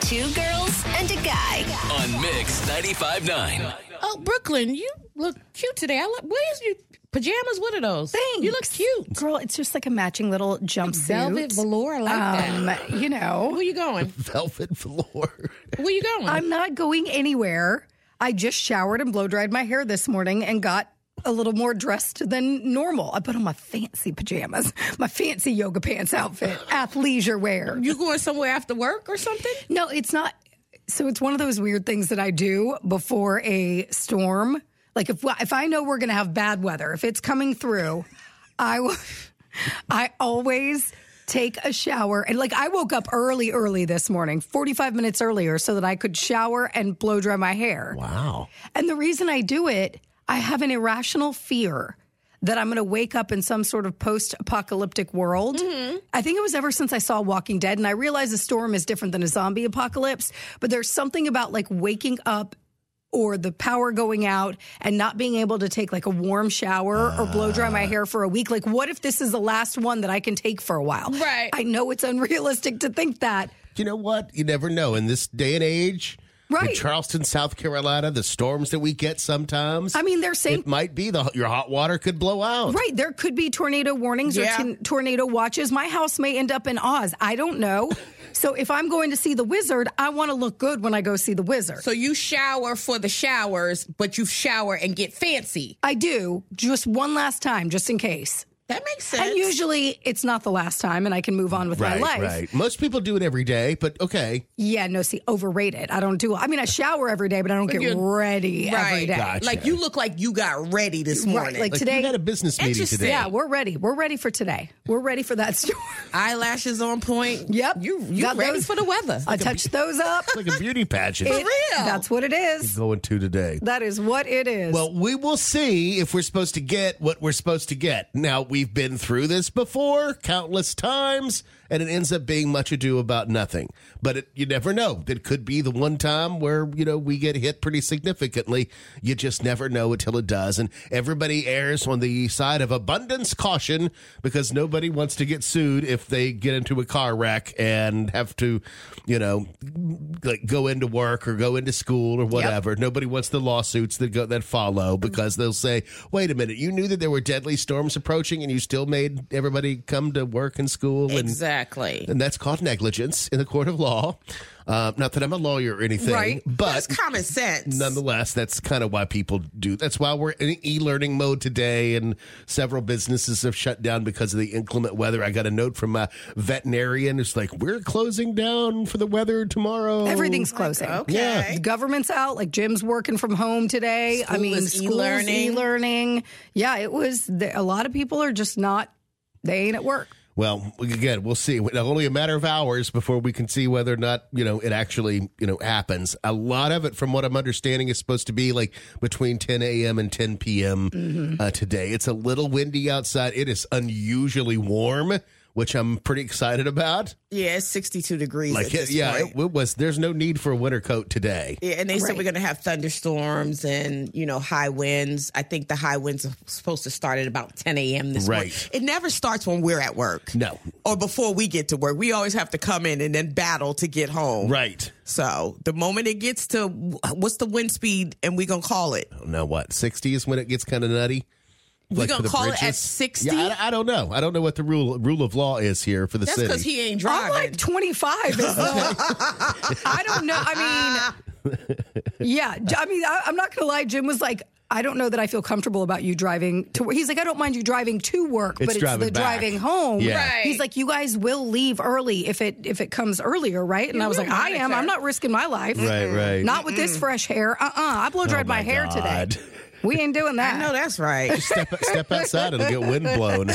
Two girls and a guy. on Mix 95.9. Oh, Brooklyn, you look cute today. I like. Where's your pajamas? What are those? Thanks. You look cute. Girl, it's just like a matching little jumpsuit. Velvet velour, I like um, that. You know, Where you going? Velvet floor. Where you going? I'm not going anywhere. I just showered and blow dried my hair this morning and got a little more dressed than normal. I put on my fancy pajamas, my fancy yoga pants outfit, athleisure wear. you going somewhere after work or something? No, it's not. So it's one of those weird things that I do before a storm. Like if if I know we're going to have bad weather, if it's coming through, I will. I always take a shower and like I woke up early, early this morning, forty five minutes earlier, so that I could shower and blow dry my hair. Wow. And the reason I do it, I have an irrational fear that I'm going to wake up in some sort of post apocalyptic world. I think it was ever since I saw Walking Dead, and I realize a storm is different than a zombie apocalypse, but there's something about like waking up. Or the power going out and not being able to take like a warm shower or blow dry my hair for a week. Like, what if this is the last one that I can take for a while? Right. I know it's unrealistic to think that. You know what? You never know. In this day and age, in Right. Charleston, South Carolina, the storms that we get sometimes. I mean, they're saying it might be the your hot water could blow out. Right. There could be tornado warnings Yeah. or t- tornado watches. My house may end up in Oz. I don't know. so if I'm going to see the wizard, I want to look good when I go see the wizard. So you shower for the showers, but you shower and get fancy. I do just one last time, just in case. That makes sense. And usually it's not the last time and I can move on with my Right, life. right. Most people do it every day, but okay. Yeah, no, see, overrated. I don't do I mean I shower every day, but I don't get You're- ready every right. day. Gotcha. Like you look like you got ready this morning. Right. Like, Like today you had a business meeting Interesting. today. Yeah, we're ready. We're ready for today. We're ready for that storm. eyelashes on point. Yep. You you Got ready those- for the weather? I touched those up. It's like a beauty pageant. For real. That's what it is. Going to today. That is what it is. Well, we will see if we're supposed to get what we're supposed to get. Now, we've been through this before countless times, and it ends up being much ado about nothing. But it, you never know. It could be the one time where, you know, we get hit pretty significantly. You just never know until it does. And everybody errs on the side of abundance caution because nobody wants to get sued if they get into a car wreck and have to, you know, like go into work or go into school or whatever. Nobody wants the lawsuits that go that follow because they'll say, "Wait a minute, you knew that there were deadly storms approaching, and you still made everybody come to work and school." And, exactly. and that's called negligence in the court of law. Uh, not that I'm a lawyer or anything, Right. but That's common sense. nonetheless, that's kind of why people do. That's why we're in e-learning mode today, and several businesses have shut down because of the inclement weather. I got a note from my veterinarian who's like, "We're closing down for the weather tomorrow. Everything's closing. Oh. okay. Yeah. The government's out. Like Jim's working from home today. I School mean, is school's e-learning. e-learning. Yeah, it was. The, a lot of people are just not. They ain't at work. Well, again, we'll see. It's Only a matter of hours before we can see whether or not you know it actually you know happens. A lot of it, from what I'm understanding, is supposed to be like between 10 a.m. and 10 p.m. Mm-hmm. Uh, today. It's a little windy outside. It is unusually warm, which I'm pretty excited about. yeah, it's 62 degrees. Like, at it- this yeah, point. it, it was. There's no need for a winter coat today. Yeah, and they said we're going to have thunderstorms and you know high winds. I think the high winds are supposed to start at about 10 a.m. this morning. Right. It never starts when we're at work. No. or before we get to work. We always have to come in and then battle to get home. Right. So the moment it gets to what's the wind speed, and we're gonna call it. Now what? 60 is when it gets kind of nutty. Like gonna for the call it at bridges? 60? Yeah, I, I don't know. I don't know what the rule rule of law is here for the That's city. because he ain't I'm driving. like 25. is the- I don't know. I mean, yeah. J- I mean, I, I'm not going to lie. Jim was like, I don't know that I feel comfortable about you driving to work. He's like, I don't mind you driving to work, It's but it's driving the back. driving home. Yeah. Right. He's like, you guys will leave early if it if it comes earlier, right? And I was we're like, I am. Monica. I'm not risking my life. Right, right. Oh Not with this fresh hair. Uh uh I blow dried my, my hair God. today. We ain't doing that. no, that's right. step step outside it'll get wind blown